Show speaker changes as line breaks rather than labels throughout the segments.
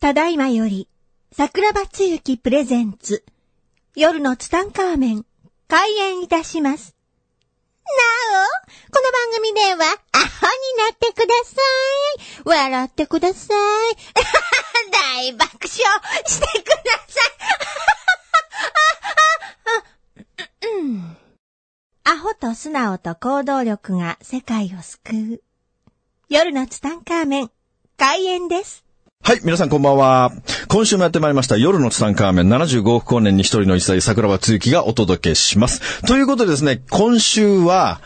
ただいまより、桜庭つゆきプレゼンツ、夜のツタンカーメン、開演いたします。なお、この番組では、アホになってください。笑ってください。 大爆笑してください。 アホと素直と行動力が世界を救う。夜のツタンカーメン、開演です。
はい、皆さんこんばんは。今週もやってまいりました、夜のツタンカーメン75億光年に一人の一歳桜庭つゆきがお届けします。ということでですね、今週は、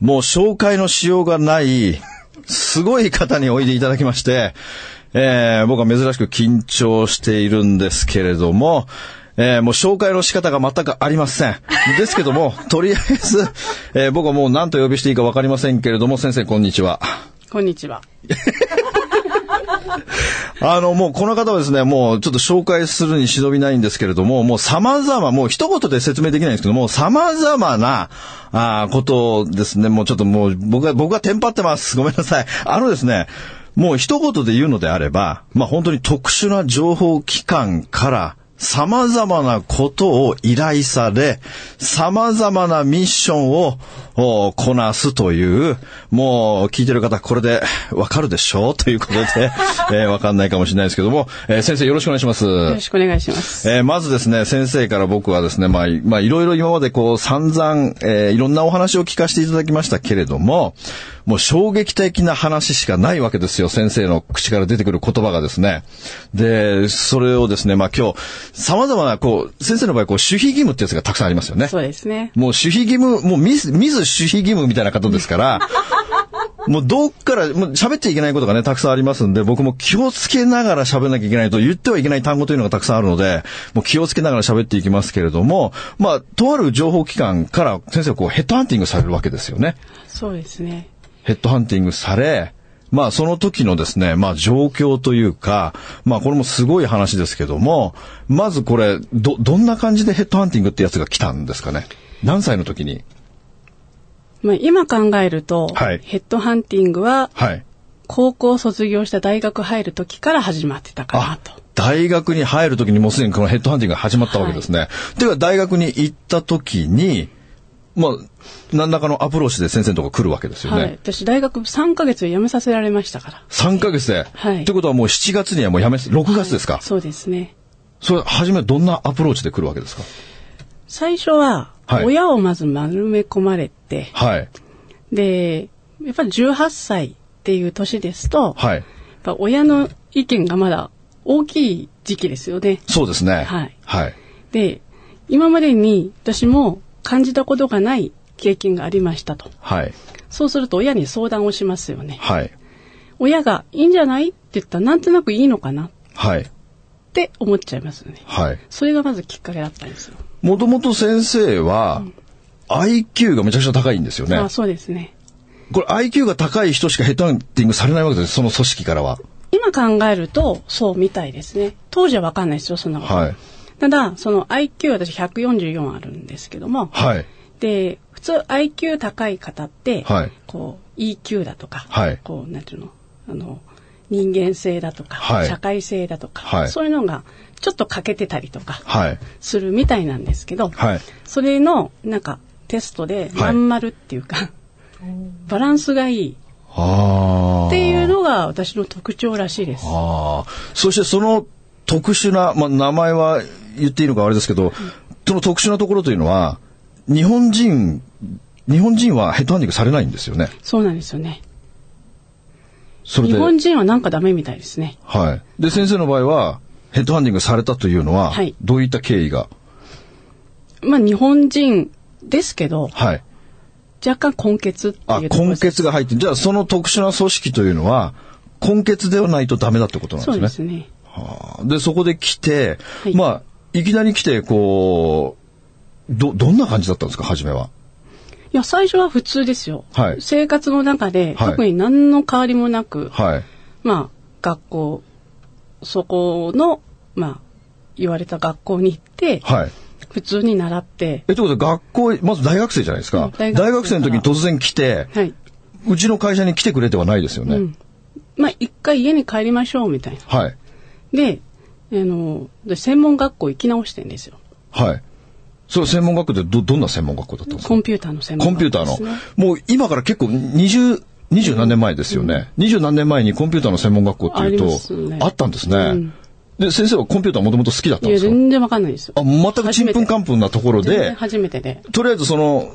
もう紹介のしようがない、すごい方においでいただきまして、えー、僕は珍しく緊張しているんですけれども、えー、もう紹介の仕方が全くありません。ですけども、とりあえず、えー、僕はもう何と呼びしていいかわかりませんけれども、先生こんにちは。
こんにちは。
あの、もうこの方はですね、もうちょっと紹介するに忍びないんですけれども、もう様々、もう一言で説明できないんですけども、様々な、あーことをですね、もうちょっともう、僕が、僕がテンパってます。ごめんなさい。あのですね、もう一言で言うのであれば、まあ本当に特殊な情報機関から、様々なことを依頼され、様々なミッションをおこなすという、もう聞いてる方これでわかるでしょうということで、えーわかんないかもしれないですけども、えー先生よろしくお願いします。
よろしくお願いします。
えーまずですね、先生から僕はですね、まあ、いまあ、いろいろ今までこう、散々、えーいろんなお話を聞かせていただきましたけれども、もう衝撃的な話しかないわけですよ、先生の口から出てくる言葉がですね。で、それをですね、まあ今日、様々な、こう、先生の場合、こう、守秘義務ってやつがたくさんありますよね。
そうですね。
もう守秘義務、もう見ず、見ず守秘義務みたいな方ですから、 もうどっから、もう喋っちゃいけないことがね、たくさんありますんで、僕も気をつけながら喋らなきゃいけないと、言ってはいけない単語というのがたくさんあるので、もう気をつけながら喋っていきますけれども、まあ、とある情報機関から先生はこうヘッドハンティングされるわけですよね。
そうですね。
ヘッドハンティングされ、まあその時のですね、まあ状況というか、まあこれもすごい話ですけども、まずこれ、ど、どんな感じでヘッドハンティングってやつが来たんですかね何歳の時に
まあ、今考えると、
はい
ヘッドハンティングは
はい。
高校卒業した大学入る時から始まってたかなと。
大学に入るときにもうすでにこのヘッドハンティングが始まったわけですね。てか大学に行ったときに、まあ、何らかのアプローチで先生のとこ来るわけですよ
はい。
ね。
私大学3ヶ月で辞めさせられましたから。
三3ヶ月で。
はい
ってことはもう7月にはもうやめ、6月ですか、
そうですね。
それ、初めどんなアプローチで来るわけですか
最初は、
はい
親をまず丸め込まれて、
はい。
で、やっぱり18歳っていう年ですと、やっ
はい。
ぱ親の意見がまだ大きい時期ですよね。
そうですね。
はい
はい。
で、今までに私も感じたことがない経験がありましたと。
はい。
そうすると親に相談をしますよね。
はい。
親がいいんじゃないって言ったらなんとなくいいのかなっ
はい。
て思っちゃいますよね。
はい。
それがまずきっかけだったんですよ。
もともと先生は、IQ がめちゃくちゃ高いんですよね。
あそうですね。
これ IQ が高い人しかヘッドハンティングされないわけですその組織からは。
今考えるとそうみたいですね。当時はわかんないですよ、そんなこと。
はい。
ただ、その IQ 私144あるんですけども、
はい。
で、普通 IQ 高い方って、
はい
こう EQ だとか、
はい
こう、なんていうの、あの、人間性だとか、
はい
社会性だとか、
はい
そういうのがちょっと欠けてたりとか
はい。
するみたいなんですけど、
はい。
それの、なんか、テストで、まん丸っていうか、バランスがいい
ああ。
っていうのが私の特徴らしいです。
ああ。そしてその特殊な、まあ、名前は言っていいのかあれですけど、その特殊なところというのは、日本人、日本人はヘッドハンティングされないんですよね。
そうなんですよね。
それ
日
で。
本人はなんかダメみたいですね。
はい。で、先生の場合は、ヘッドハンティングされたというのは
はい、
どういった経緯が、
まあ日本人ですけど、
はい。
若干根血って
あ、
いうところ
根血が入って、じゃあその特殊な組織というのは、根血ではないとダメだってことなんで
そ
す
う
ね
で。すね。
はあで、そこで来て、
はい
まあ、いきなり来て、こう、ど、どんな感じだったんですか、初めは。
いや、最初は普通ですよ。
はい
生活の中で、
はい
特に何の変わりもなく、
はい。
まあ、学校、そこの、まあ、言われた学校に行って、
はい。
普通に習って、
え、ということで、学校へ、まず大学生じゃないです
う
か
ん。
大
大学生
学生の時に突然来て、
はい。
うちの会社に来てくれてはないですよね。
うん。まあ、一回家に帰りましょう、みたいな。
はい。
で、あの、私専門学校行き直してんですよ。
はい。それ専門学校ってど、どんな専門学校だったんですか
コンピューターの専
コ
門
ンピュー
学
タ
校
ー
で
の
す、ね。
もう今から結構20、二十何年前ですよね。二、十、何年前にコンピューターの専門学校っていう
あり
と
ます、ね
あったんですね、
ん
で、先生はコンピューターもともと好きだったん
い
で
や、
すか
全然わかんないですよ。
あ、全くちんぷんかんぷんなところ
全然
で、
初めてで。
とりあえずその、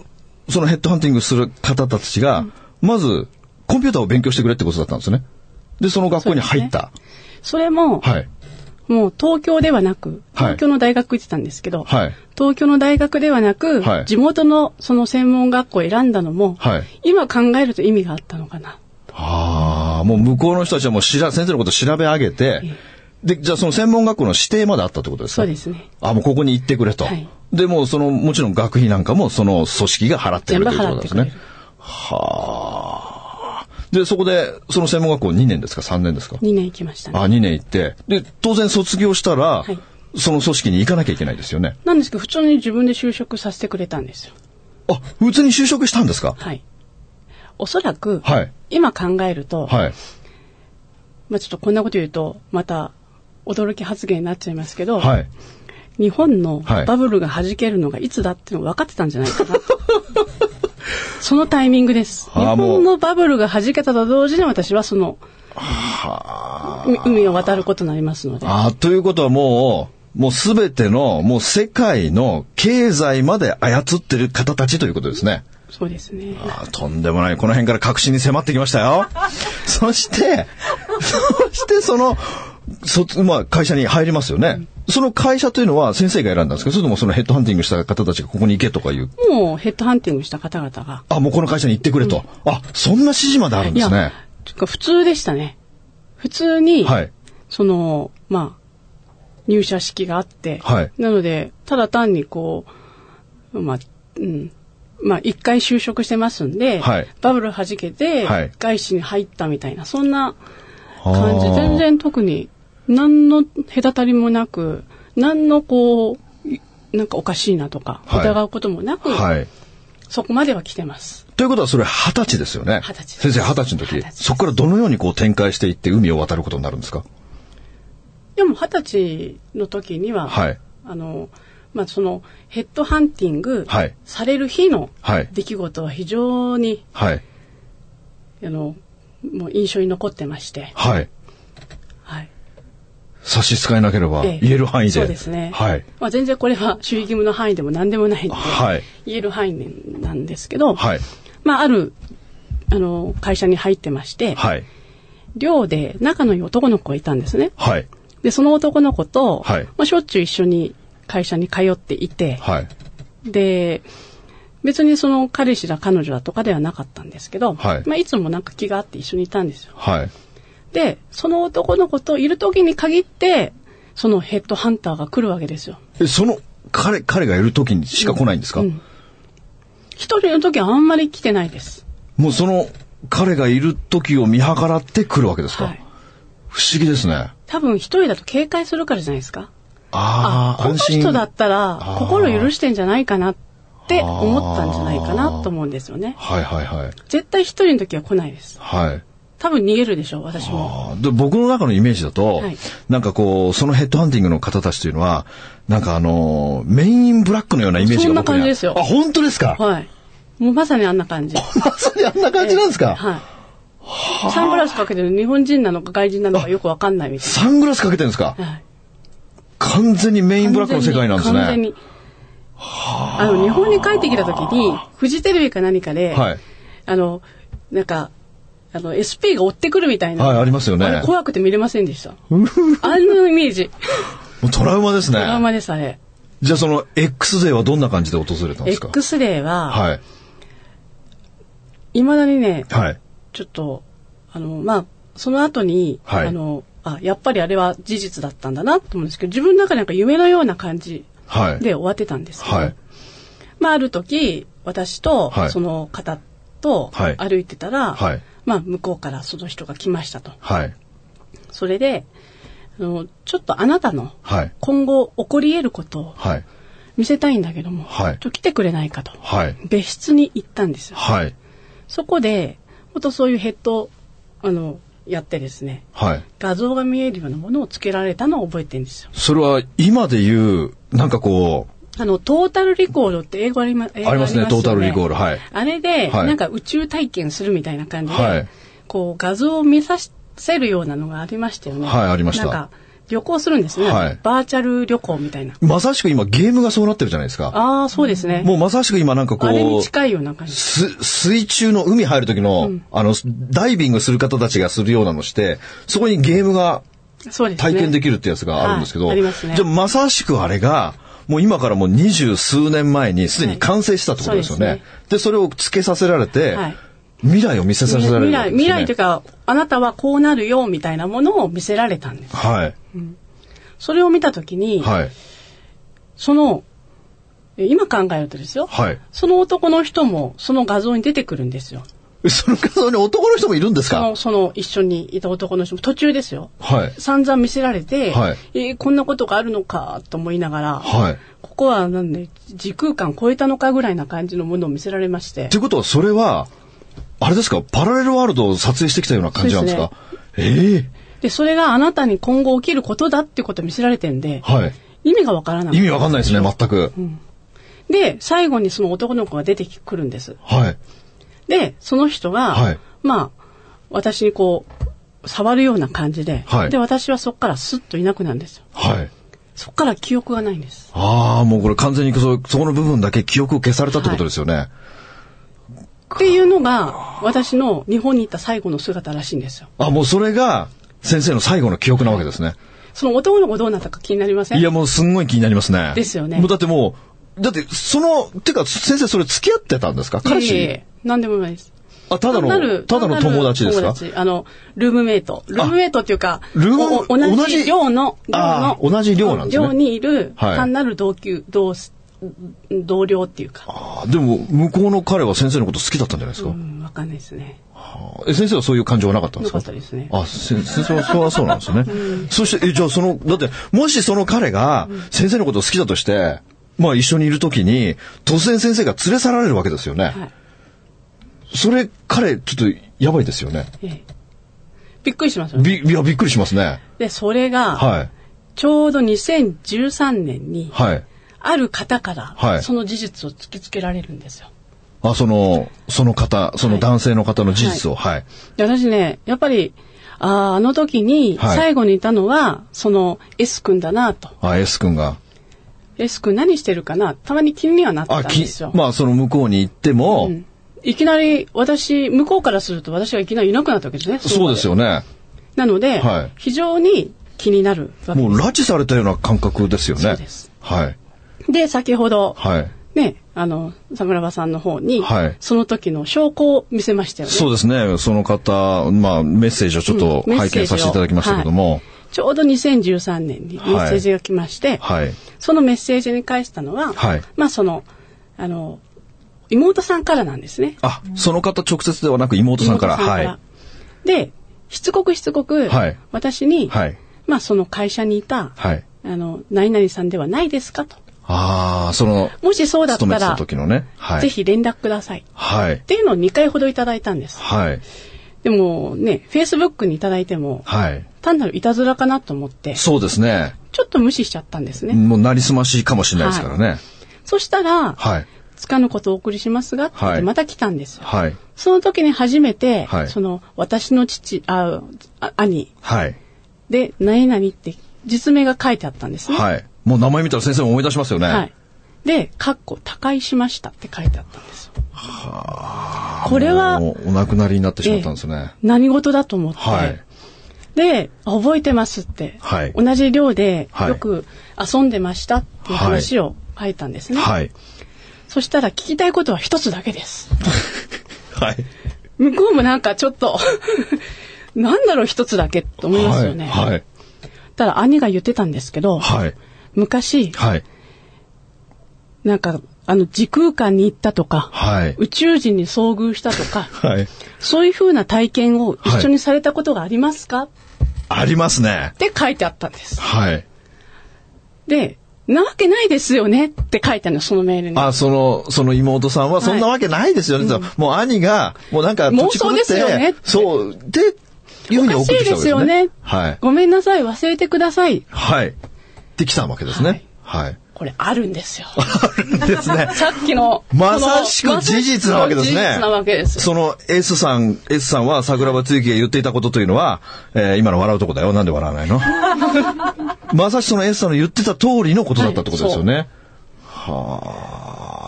そのヘッドハンティングする方たちが、まず、コンピューターを勉強してくれってことだったんですね。で、その学校に入った。
それも、
はい。
もう東京ではなく、
はい
東京の大学行ってたんですけど、
はい。
東京の大学ではなく、
はい
地元のその専門学校を選んだのも、
はい
今考えると意味があったのかな。
ああ、もう向こうの人たちはもうしら、先生のことを調べ上げて、で、じゃあその専門学校の指定まであったってことですか
そうですね。
あ、もうここに行ってくれと。
はい
で、もうその、もちろん学費なんかもその組織が払ってくれるということなんです
全部払っ
ね
てくれる。
はあ。で、そこで、その専門学校2年ですか ?3 年ですか
2年行きましたね。
あ、2年行って。で、当然卒業したら、
はい
その組織に行かなきゃいけないですよね。
なんですけど、普通に自分で就職させてくれたんですよ。
あ、普通に就職したんですか
はい。おそらく、
はい。
今考えると、
はい。
まあちょっとこんなこと言うと、また驚き発言になっちゃいますけど、
はい。
日本の
はい
バブルが弾けるのがいつだっていうのが分かってたんじゃないか なと。そのタイミングです。日
あーもう
本のバブルが弾けたと同時に私はその、う海を渡ることになりますので。
あということはもう、もうすべての、もう世界の経済まで操ってる方たちということですね。
そうですね。
あーとんでもない。この辺から確信に迫ってきました よ。そして、そしてその、卒まあ、会社に入りますよね。その会社というのは先生が選んだんですかそれともそのヘッドハンティングした方たちがここに行けとかいう。
もうヘッドハンティングした方々が、
あ、もうこの会社に行ってくれと。あ、そんな指示まであるん
い
です
や
ね。、
てか普通でしたね。普通に、
はい。
その、まあ、入社式があって、
はい
なので、ただ単にこう、まあ、うん、まあ、一回就職してますんで、
はい
バブル弾けて、
はい
外資に入ったみたいな、そんな感じ、
あー
全然特に、何の隔たりもなく、何のこう、いなんかおかしいなとか、
はい
疑うこともなく、
はい。
そこまでは来てます。
ということはそれ二十歳ですよね。
二十歳です
先生二十歳の
二
時
十歳で。す
そこからどのようにこう展開していって海を渡ることになるんですか
でも二十歳の時には、
はい
あの、まあ、そのヘッドハンティング
はい
される日の
はい
出来事は非常に、
はい。
あの、もう印象に残ってまして、
はい。
はい。
差し支えなければ
ええ
言える範囲で。
そうですね。
はい。
まあ、全然これは守秘義務の範囲でも何でもないんで、
はい
言える範囲なんですけど、
はい。
まあ、ある、あの、会社に入ってまして、
はい。
寮で仲のいい男の子がいたんですね。
はい。
で、その男の子と、
はい
まあ、しょっちゅう一緒に会社に通っていて、
はい。
で、別にその彼氏だ彼女だとかではなかったんですけど、
はい
まあいつもなんか気があって一緒にいたんですよ。
はい。
で、その男の子といる時に限って、そのヘッドハンターが来るわけですよ。
え、その、彼、彼がいる時にしか来ないんですか、
うん一人の時はあんまり来てないです。
もうその、彼がいる時を見計らって来るわけですか、
はい。
不思議ですね。
多分一人だと警戒するからじゃないですか。
あ
あ
あ、
この
安心。
人だったら
あー
心許してんじゃないかなって思ったんじゃないかなと思うんですよね。
はいはいはい。
絶対一人の時は来ないです。
はい。
多分逃げるでしょう、私も。
あーで僕の中のイメージだと、
はい
なんかこう、そのヘッドハンティングの方たちというのは、なんかあのーメインインブラックのようなイメージが
そんな
僕にある
感じですよ
あ、本当ですか、
はい。もうまさにあんな感じ。
まさにあんな感じなんですか、
はい。サングラスかけてる日本人なのか外人なのかよくわかんないみたい
サングラスかけてるんですか
な。はい。
完全に メインブラックの世界なんですね。
完全に。あの、日本に帰ってきた時に、フジテレビか何かで、
はい。
あの、なんか、あの、SP が追ってくるみたいな。
はい、ありますよ
あれ
ね。
怖くて見れません でした。あんなイメージ。
もうトラウマです
ドラマ
ね。
です、あれ。
じゃあその X デーはどんな感じで訪れたんですか
X デーは、
はい。
未だにね、
はい。
ちょっと、あの、まあ、その後に、
はい
あの、あ、やっぱりあれは事実だったんだなと思うんですけど、自分の中でなんか夢のような感じ
はい。
で終わってたんですけど、
はい。
まあ、ある時、私と
は、い
その方と
はい
歩いてたら、
はい
まあ、向こうからその人が来ましたと。
はい。
それで、あの、ちょっとあなたの
はい。
今後起こり得ることを
はい。
見せたいんだけども、
はい
ちょっと来てくれないかと。
はい。
別室に行ったんですよ。
はい。
そこで、本当そういうヘッド、あの、やってですね、
はい。
画像が見えるようなものをつけられたのを覚えてるんですよ。
それは今で言う、なんかこう、
あの、トータルリコールって英語あり,、ま、英語
ありますね
あよ
トータルリコールはい
あれで、
はい
なんか宇宙体験するみたいな感じで、
はい
こう、画像を見させるようなのがありましたよね。
はいありました
なんか、旅行するんですね。
はい
バーチャル旅行みたいな。
まさしく今ゲームがそうなってるじゃないですか。
ああ、そうですね。
もうまさしく今なんかこ
あれに
う、
近いような感じ。
す水中の海入る時の、あの、ダイビングする方たちがするようなのして、そこにゲームが
そうですね。
体験できるってやつがあるんですけど、
はいありますね
じゃあまさしくあれが、もう今からもう二十数年前にすでに完成したってことですよね。
は
で
いそう
それを付けさせられて、
はい
未来を見せさせられる
未
わけで
来、
すね
未来というか、あなたはこうなるよ、みたいなものを見せられたんです。
はい。
それを見たときに、
はい。
その、え今考えるとですよ、
はい。
その男の人もその画像に出てくるんですよ。
え その画像に男の人もいるんです
そ
か
の、その一緒にいた男の人も途中ですよ。
はい。
散々見せられて、
はい
えーこんなことがあるのかと思いながら、
はい。
ここはなんで時空間超えたのかぐらいな感じのものを見せられまして
っ。てことは、それは、あれですか、パラレルワールドを撮影してきたような感じなんですかええ
で、それがあなたに今後起きることだってことを見せられてんで、
はい。
意味がわからな
意
い。
味わかんないですね、全く。
で、最後にその男の子が出てくるんです。
はい。
で、その人が、
はい
まあ、私にこう、触るような感じで、
はい
で、私はそこからスッといなくなるんですよ。
はい。
そこから記憶がないんです。
ああ、もうこれ完全にそ、そこの部分だけ記憶を消されたってことですよね。
っていうのが、私の日本に行った最後の姿らしいんですよ。
あ、もうそれが、先生の最後の記憶なわけですね。
その男の子どうなったか気になりません
いや、もうすんごい気になりますね。
ですよね
もうだってもう、だって、その、てか、先生それ付き合ってたんですか彼
いえい
氏
え何でもないです。
あ、ただ
単な
の、
る
ただの友達ですか
単なる友達あの、ルームメイト。ルームメイトっていうか、
ルーム
おお同
同じ
じ寮の、寮
あ
の、
ー同じ寮なんですね
寮にいる、
はい
単なる同級、同す、同僚っていうか。
あーでも、向こうの彼は先生のこと好きだったんじゃないですか、
うん、わかんないですね。
え、先生はそういう感情はなかったんですか
なかったですね
あ、せ先生はそうはそうなんですね。そして、え、じゃあその、だって、もしその彼が先生のことを好きだとして、まあ一緒にいるときに、突然先生が連れ去られるわけですよね。
はい。
それ、彼、ちょっと、やばいですよね。
ええびっくりしますよね。
び、いや、びっくりしますね。
で、それが、
はい。
ちょうど2013年に、
はい。
ある方か
はい
ら、その事実を突きつけられるんですよ。
あ、その、その方、その男性の方の事実を、はい。
で、私ね、やっぱり、ああ、あの時に、
はい
最後にいたのは、その S 君だなと。
あ、S 君が。
S 君何してるかなたまに気にはなった
あ、
んで
き
すよ。、
まあその向こうに行っても、
うんいきなり、私、向こうからすると私がいきなりいなくなったわけですね。
そうです
よ。
よね。
なので、
はい
非常に気になるわけ
も
で
う拉致されたような感覚ですよね。
そうです
はい。
す。で、先ほど、
はい。
ね、あの、桜庭さんの方に、
はい
その時の証拠を見せましたよね。
そうですね。その方、まあ、メッセージをちょっと
うんメッ
拝
セージを
見させていただきましたけども、
ちょうど2013年にメ
はい
ッセージが来まして、
はい。
そのメッセージに返したのは、
はい
まあその、あの、妹さんからなんですね。
あ、その方直接ではなく妹さんから、
妹さん
はい。
で、しつこくしつこく、
はい
私に、
はい。
まあその会社にいた、
はい。
あの、何々さんではないですかと。
ああ、その、
もしそうだった
勤めてた
ら、
時のね、はい。
ぜひ連絡ください。っ
はい。
ていうのを2回ほどいただいたんです。
はい。
でもね、Facebook にいただいても、
はい。
単なるいたずらかなと思って、
そうですね。
ちょっと無視しちゃったんですね。
もう、なりすましかもしれないですからね。
そしたら、
はい。
つかぬことをお送りしますが、って言っ
は
て
い
また来たんですよ。
はい。
その時に初めて、
はい
その、私の父、あ、あ兄
はい。
で、何々って、実名が書いてあったんですね。
はい。もう名前見たら先生も思い出しますよね。
はい。で、かっこ、他界しましたって書いてあったんですよ。これは
もうお亡くなりになってしまったんですね。
何事だと思って、
はい。
で、覚えてますって、
はい
同じ寮で
はい
よく遊んでましたっていう話を書いたんですね。
はい。
そしたら聞きたいことは一つだけです。
はい。
向こうもなんかちょっと、 なんだろう一つだけと思いますよね。
はい。
ただ兄が言ってたんですけど、
はい。
昔、
はい。
なんか、あの、時空間に行ったとか、
はい。
宇宙人に遭遇したとか、
はい。
そういうふうな体験を一緒にされたことがありますか、っ
ありますね。
て書いてあったんです。
はい。
で、なわけないですよねって書いてあるの、そのメールに。
あ、その、その妹さんは、そんなわけないですよね。もう兄が、もうなんか、
妄想ですよね
そう、で、いうふうに送ってきたわけですよね。
おかしいですよね
はい。
ごめんなさい、忘れてください。
はい。ってきたわけですね。はい。
これあるんですよ。
ですね。
さっきの。
まさしく
この
事実なわけですね
事実なわけです。
その S さん、S さんは桜庭つゆきが言っていたことというのは、えー今の笑うとこだよ。なんで笑わない のまさしくその S さんの言ってた通りのことだったってことですよね。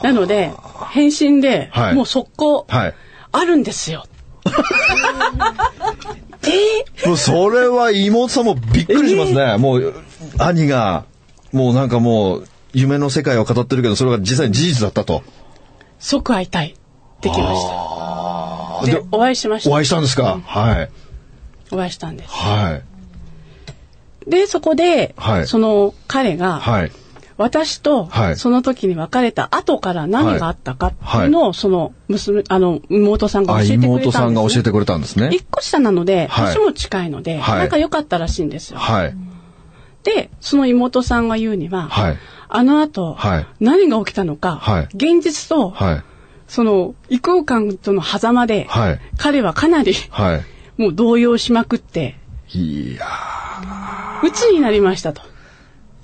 なので、返信で、
はい
もう速攻、
はい。
あるんですよ。
もうそれは妹さんもびっくりしますね。もう、兄が、もうなんかもう、夢の世界を語ってるけど、それが実際に事実だったと。
即会いたい。できました。で
で、
お会いしました。
お会いしたんですか、はい。
お会いしたんです。
はい。
で、そこで、
はい
その彼が、
はい。
私と
は、い
その時に別れた後から何があったかっていうのを、その娘、あの、妹さんが
あ、
教えてくれたんです、
妹さんが教えてくれたんですね
一。個下なので、
はい
年も近いので、
はい
仲良かったらしいんですよ。
はい。
で、その妹さんが言うには、
はい
あの後、
はい
何が起きたのか、
はい
現実と、
はい。
その異空間との狭間で、
はい
彼はかなり
は
もう動揺しまくって、
い。いや
鬱になりましたと。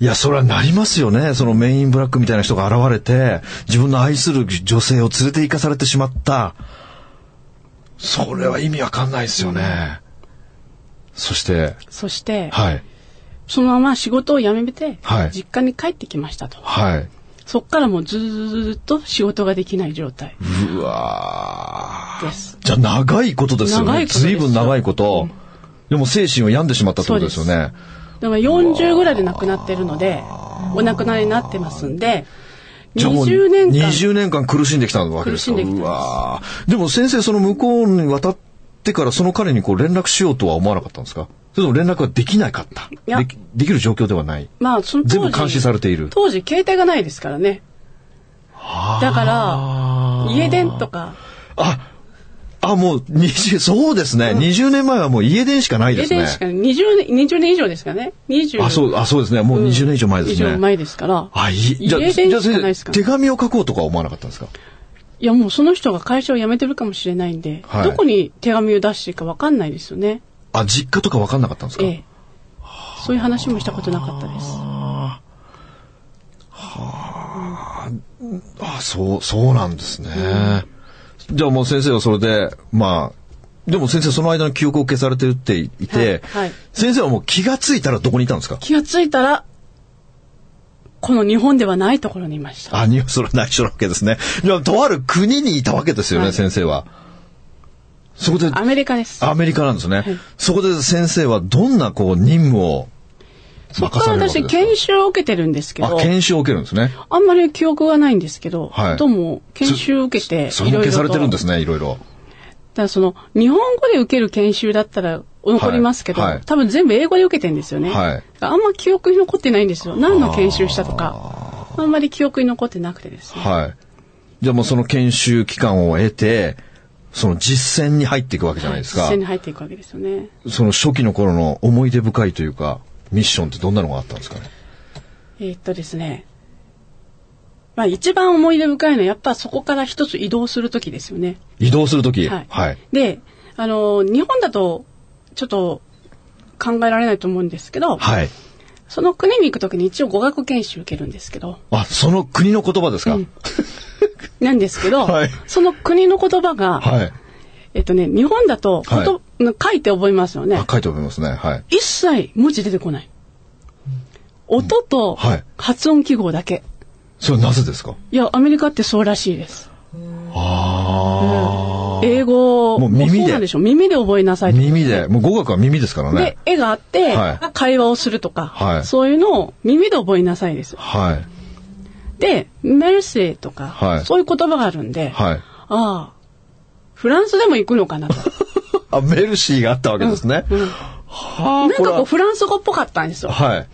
いや、それはなりますよね。そのメインブラックみたいな人が現れて、自分の愛する女性を連れて行かされてしまった。それは意味わかんないですよね。そして、
そして、
はい。
そのまま仕事を辞めて、
はい
実家に帰ってきましたと。
はい。
そっからもうずーっと仕事ができない状態
うわー
です。
じゃあ長いことですよ
長い
ね。
ことです
ずいぶん長いこと。でも精神を病んでしまったってことですよね。
だから40ぐらいで亡くなってるので、お亡くなりになってますんで、
じゃあもう
20年間。
20年間苦しんできたわけですか
苦しんでき
う
たんです
わーでも先生、その向こうに渡ってからその彼にこう連絡しようとは思わなかったんですかそれとも連絡ができなかった
や
できできる状況ではない。
まあ、その当時
全部監視されている
当時、携帯がないですからね。だから、家電とか、
あ、あ、もう20、そうですね。20年前はもう家電しかないで
家
すね。
電しか20年、20年以上ですからね。20
あ、そう、あ、そうですね。もう20年以上前です
以上
ね。
前ですから。
あ、いい。じゃあ、
家
じゃ
電
あ
しかないです
先生
か
手
ら。
紙を書こうとかは思わなかったんですか
いや、もうその人が会社を辞めてるかもしれないんで、
はい
どこに手紙を出していいかわかんないですよね。
あ、実家とか分かんなかったんですか
ええ。そういう話もしたことなかったです。
あ、そう、そうなんですね。じゃあもう先生はそれで、まあ、でも先生その間の記憶を消されてるっていて、
はいはい
先生はもう気がついたらどこにいたんですか
気がついたら、この日本ではないところにいました。
あ、にそれは内緒なわけですね。じゃあ、とある国にいたわけですよね、
はい
先生は。そこで、
アメリカです。
アメリカなんですね。
い
そこで先生はどんなこう任務を
そ
任
っか
さ
ら
れるわけ
私、
ですか
研修を受けてるんですけ
あ、
ど、
研修を受けるんですね。
あんまり記憶がないんですけど、
はい
どうも研修を受けて、
それも消されてるんですね、いろいろ。
ただその、日本語で受ける研修だったら残りますけど、
はいはい
多分全部英語で受けてんですよね。
はい
あんま記憶に残ってないんですよ。何の研修したとか。あんまり記憶に残ってなくてですね。
はい。じゃあもうその研修期間を得て、その実践に入っていくわけじゃないですか。
実践に入っていくわけですよね。
その初期の頃の思い出深いというか、ミッションってどんなのがあったんですかね。
えーっとですね。まあ一番思い出深いのはやっぱそこから一つ移動するときですよね。
移動するとき。
はい
はい。
で、あの、日本だとちょっと考えられないと思うんですけど、
はい。
その国に行くときに一応語学研修受けるんですけど、
あ、その国の言葉ですか。
なんですけど、
はい
その国の言葉が、
はい。
えっとね、日本だと、
はい
こと書いて覚えますよね
あ。書いておりますね。はい。
一切文字出てこない。音と
はい
発音記号だけ。
それはなぜですか
いや、アメリカってそうらしいです。
あ
英語
もう耳で
そうなんでしょ耳で覚えなさ
あ。
いと。
耳で。もう語学は耳ですからね
で。、絵があって
は、
会話をするとか、
はい
そういうのを耳で覚えなさいです。
はい。
で、メルセーとか、
はい
そういう言葉があるんで、
はい。
ああ、フランスでも行くのかなと。
あ、メルシーがあったわけですね。はあ、
なんか
れ
こう
は
フランス語っぽかったんですよ。
はい。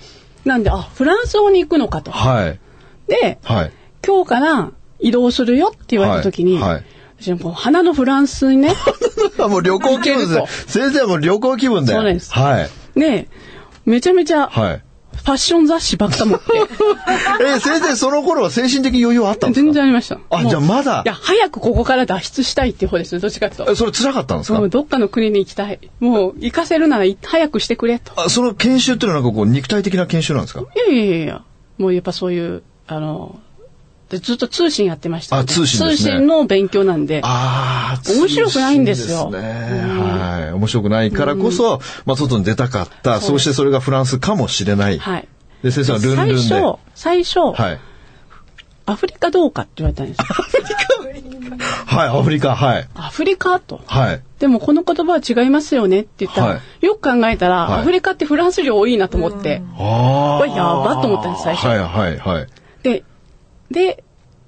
なんで、あ、フランス語に行くのかと。
はい。
で、
はい。
今日から移動するよって言われた時に、
はいはい
私こう花のフランス にね、
あもう旅行気分ですね。先生はもう旅行気分で。
そうです
はい。
ね、めちゃめちゃ
はい。
ファッション雑誌ばっか持って。
え、先生、その頃は精神的余裕はあったんですか
全然ありました。
あ
もう
じゃあまだ
いや、早くここから脱出したいっていう方ですね、どっちかってい
え
うと。
それ辛かったんですか
もうどっかの国に行きたい。もう行かせるならい早くしてくれと。
あその研修っていうのはなんかこう、肉体的な研修なんですか
いやいやいやいやもうやっぱそういう、あの、でずっと通信やってました、
あ通信ですね
通信の勉強なんで。
ああ、
面白くないんですよ
通信ですね。はい。面白くないからこそ、まあ、外に出たかった。
そう
そしてそれがフランスかもしれない。
はい。
で、先生はルンルンで。
最初、最初、
はい。
アフリカどうかって言われたんです よ。
はい、アフリカ、はい。
アフリカと。
はい。
でもこの言葉は違いますよねって言ったら、
は
よく考えたら、
はい
アフリカってフランス領多いなと思って、
あ
これやばと思ったんです最初
はい、はい、はい。
で、で、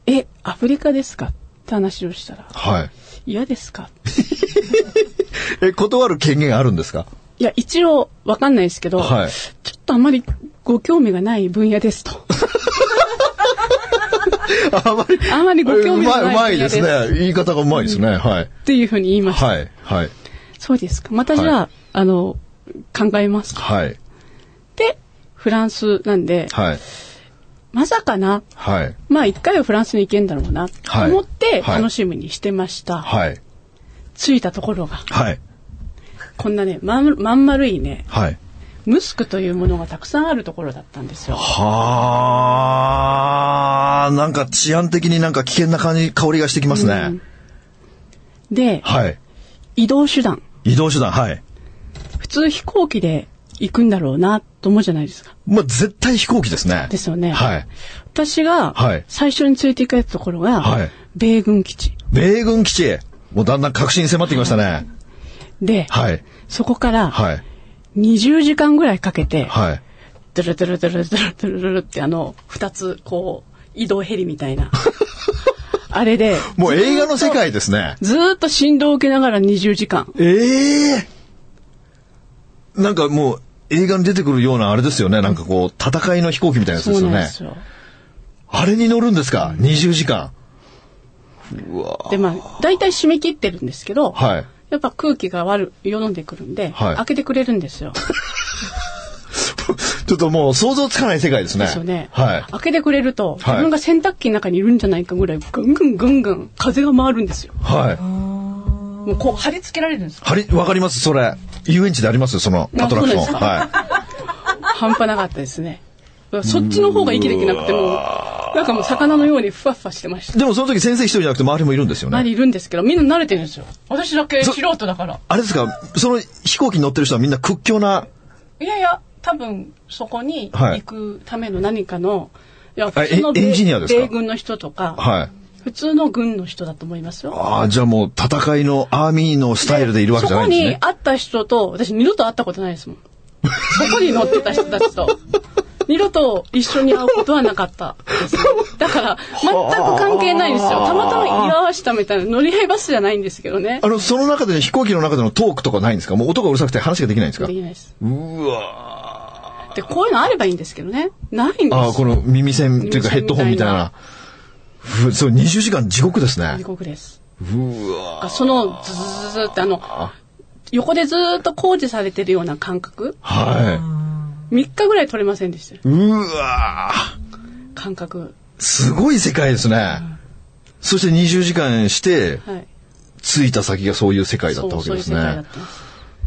え、アフリカですかって話をしたら、
はい。
嫌ですか
え、断る権限あるんですか
いや、一応わかんないですけど、
はい
ちょっとあんまりご興味がない分野ですと。
あまり。
あんまりご興味
うま
が
うま
ない
い
分
で
野です
すね。言い方がうまいですね。はい。
っていうふうに言いました。
はい、はい、
そうですか。またじゃあ、
は
あの、考えますと。
はい、
で、フランスなんで、
はい、
まさかな、
はい、
まあ一回はフランスに行けんだろうな、と
はい
思って
はい
楽しみにしてました。
はい、
着いたところが、
はい、
こんなね、まんまん丸いね、
はい。
ムスクというものがたくさんあるところだったんですよ。
はあ、なんか治安的になんか危険な感じ、香りがしてきますね。
うんで、
はい。
移動手段。
移動手段、はい。
普通飛行機で行くんだろうな、と思うじゃないですか。
まあ、絶対飛行機ですね。
ですよね。
はい。
私が
はい、
最初に連れて行かれたところが、
はい
米軍基地。
米軍基地、もうだんだん確信迫ってきましたね。
で、
はい。
そこから、
はい。
20時間ぐらいかけて、
はい。
ドゥルドゥルドゥルドゥルドゥルドゥルってあの、二つ、こう、移動ヘリみたいな。あれで、
もう映画の世界ですね。
ずーっと振動を受けながら20時間。
ええなんかもう、映画に出てくるようなあれですよね。なんかこう、戦いの飛行機みたいなやつ
そ
で
う
す
な
よ
んで
ね。
すよ。
あれに乗るんですか ?20 時間。うわ
で、まあ、大体締め切ってるんですけど、
はい。
やっぱ空気が悪い、よんでくるんで、
はい
開けてくれるんですよ。
ちょっともう想像つかない世界ですね。
ですよね。
はい。
開けてくれると、
い
自分が洗濯機の中にいるんじゃないかぐらい、ぐんぐんぐんぐん風が回るんですよ。
は
もうこう貼り付けられるんです
い。はり、わかりますそれ。遊園地でありますよ、そのアトラクション。
あそう
は
半端なかったですね。そっちの方が息できなくてもう、なんかもう魚のようにふわふわしてました
い。。でもその時先生一人じゃなくて周りもいるんですよ
周り
ね。
いるんですけど、みんな慣れてるんですよ。私だけ素人だから。
あれですかその飛行機に乗ってる人はみんな屈強な、
いやいや、多分そこに
はい
行くための何かの、い、や、
あ
普通の
えエンジニアですか
米軍の人とか、
はい。
普通の軍の人だと思いますよ。
ああ、じゃあもう戦いのアーミーのスタイルでいるわけじゃないんですね
そこに。会った人と、私二度と会ったことない ですもん。そこに乗ってた人たちと。二度と一緒に会うことはなかったです。だから、全く関係ないんですよ。たまたま居合わせたみたいな、乗り合いバスじゃないんですけどね
あ。の、その中で、飛行機の中でのトークとかないんですかもう音がうるさくて話ができないんです
で
か
きないです。
うわ
で、こういうのあればいいんですけどね。ないんですよ。
ああ、この耳栓というかヘッドホンみたいな。ふそう、20時間地獄です
地
ね。
獄です。
うわ
あそのズズズズってあの、横でずーっと工事されてるような感覚、
は
3日ぐらい取れませんでしたよ
い。うわ
感覚。
すごい世界ですね。そして20時間して、
はい。
着いた先がそういう世界だ
そ
った
う、
わけ
そうい
で
う
す
世界だ
ね
っ。たんです。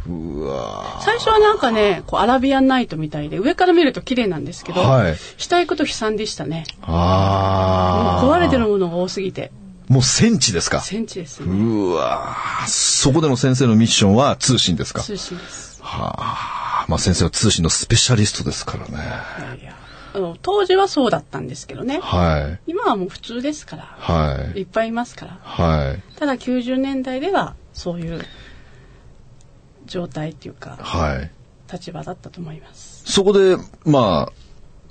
うわ
最初はなんかね、こうアラビアンナイトみたいで、上から見ると綺麗なんですけど、
はい
下行くと悲惨でしたね。もう
ああ。
壊れてるものが多すぎて、
もう戦地ですか。
センチですね。
うわそこでの先生のミッションは通信ですか
通信です。
はあ、まあ先生は通信のスペシャリストですからね。
いやいや。あの、当時はそうだったんですけどね。
はい。
今はもう普通ですから。
はい。
いっぱいいますから。
はい。
ただ90年代では、そういう状態っていうか、
はい。
立場だったと思います。
そこで、まあ、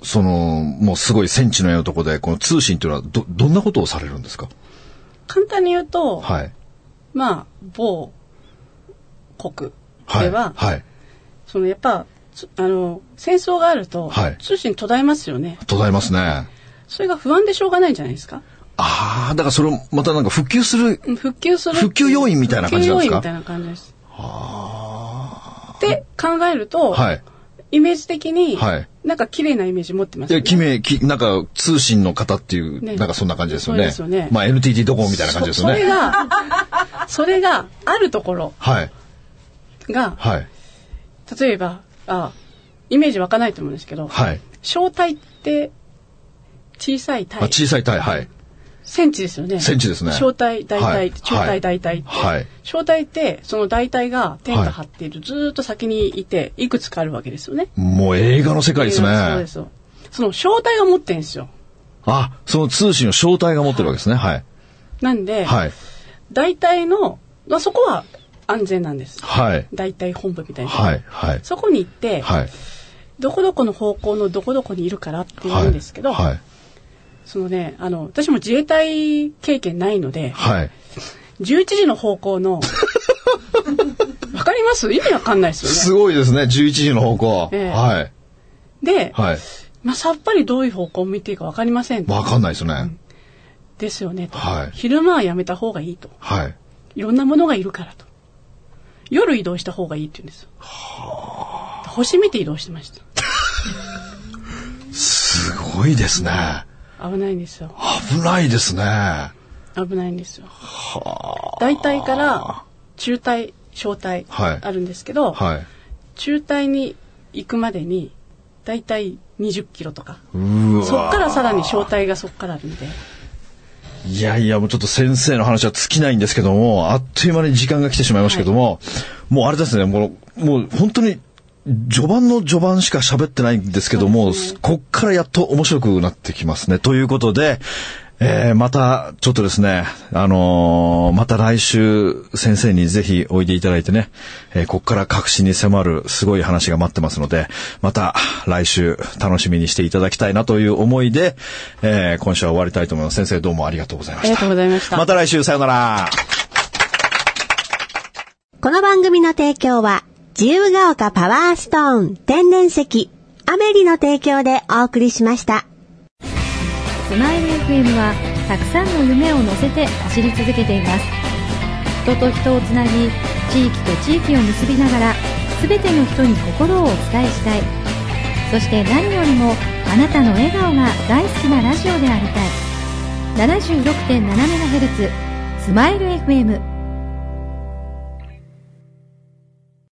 その、もうすごい戦地のようなとこで、この通信というのは、ど、どんなことをされるんですか
簡単に言うと、
はい。
まあ、某国
はい。
では、
はい。
そのやっぱ、つあの、戦争があると
はい、
通信途絶えますよね。
途絶えますね。
それが不安でしょうがないんじゃないですか。
ああ、だからそれをまたなんか復旧する。
うん復旧する。
復旧要因みたいな感じなんですか
復旧要因みたいな感じです。で、考えると、
はい。
イメージ的に、
はい
なんか綺麗なイメージ持ってます
い
よ
や、
ね。
きめ、き、なんか、通信の方っていう、
ね
なんかそんな感じですよね。
そうですよね
まあ、NTT ドコモみたいな感じですよ
そ れ
ね。
が、それがあるところ
はい。
が、
はい。
例えば、あイメージ湧かないと思うんですけど、
はい。
小体って小さい体、
まあ、小さい体、はい。
センチですよね。
センチですね
小体、大体、
はい
中体、大体って。
はい
小体って、その大体が天下張っている、ずーっと先にいて、いくつかあるわけですよね。
もう映画の世界ですね。
そうですよ。その小体が持ってるんですよ。
あ、その通信を正体が持ってるわけですね。はい。
なんで、
はい。
大体の、まあ、そこは安全なんです。
はい。
大体本部みたいな。
はい。はい。
そこに行って、
はい。
どこどこの方向のどこどこにいるからって言うんですけど、
はい。
そのね、あの、私も自衛隊経験ないので、
はい。
11時の方 向の、わかります意味わかんないです
す
よね。
ごいですね。11時の方向。
ええ
はい。
で、
はい。
まあ、さっぱりどういう方向を見ていいかわかりませんと。
わかんないですね。
ですよねと。
はい。
昼間はやめた方がいいと。
はい。
いろんなものがいるからと。夜移動した方がいいって言うんですよ。星見て移動してました。
すごいですね。
危ないんですよ。
危ないですね。は
危ないんですよ。大体から中体、小体
はい
あるんですけど、
い。
中体に行くまでに、大体20キロとか。
うわ
そっからさらに小体がそっからあるんで。
いやいや、もうちょっと先生の話は尽きないんですけども、あっという間に時間が来てしまいましたけども、もうあれですね、もう、もう本当に、序盤の序盤しか喋ってないんですけども、こっからやっと面白くなってきますね。ということで、えー、また、ちょっとですね、あのーまた来週、先生にぜひおいでいただいてね、えーこっから核心に迫るすごい話が待ってますので、また来週楽しみにしていただきたいなという思いで、えー今週は終わりたいと思います。先生どうもありがとうございま
あ
し
り
た
が。とうございました。
また来週、さよなら。
この番組の提供は、自由が丘パワーストーン天然石、アメリの提供でお送りしました。
スマイル FM はたくさんの夢を乗せて走り続けています人と人をつなぎ地域と地域を結びながら全ての人に心をお伝えしたいそして何よりもあなたの笑顔が大好きなラジオでありたい 76.7MHz スマイル FM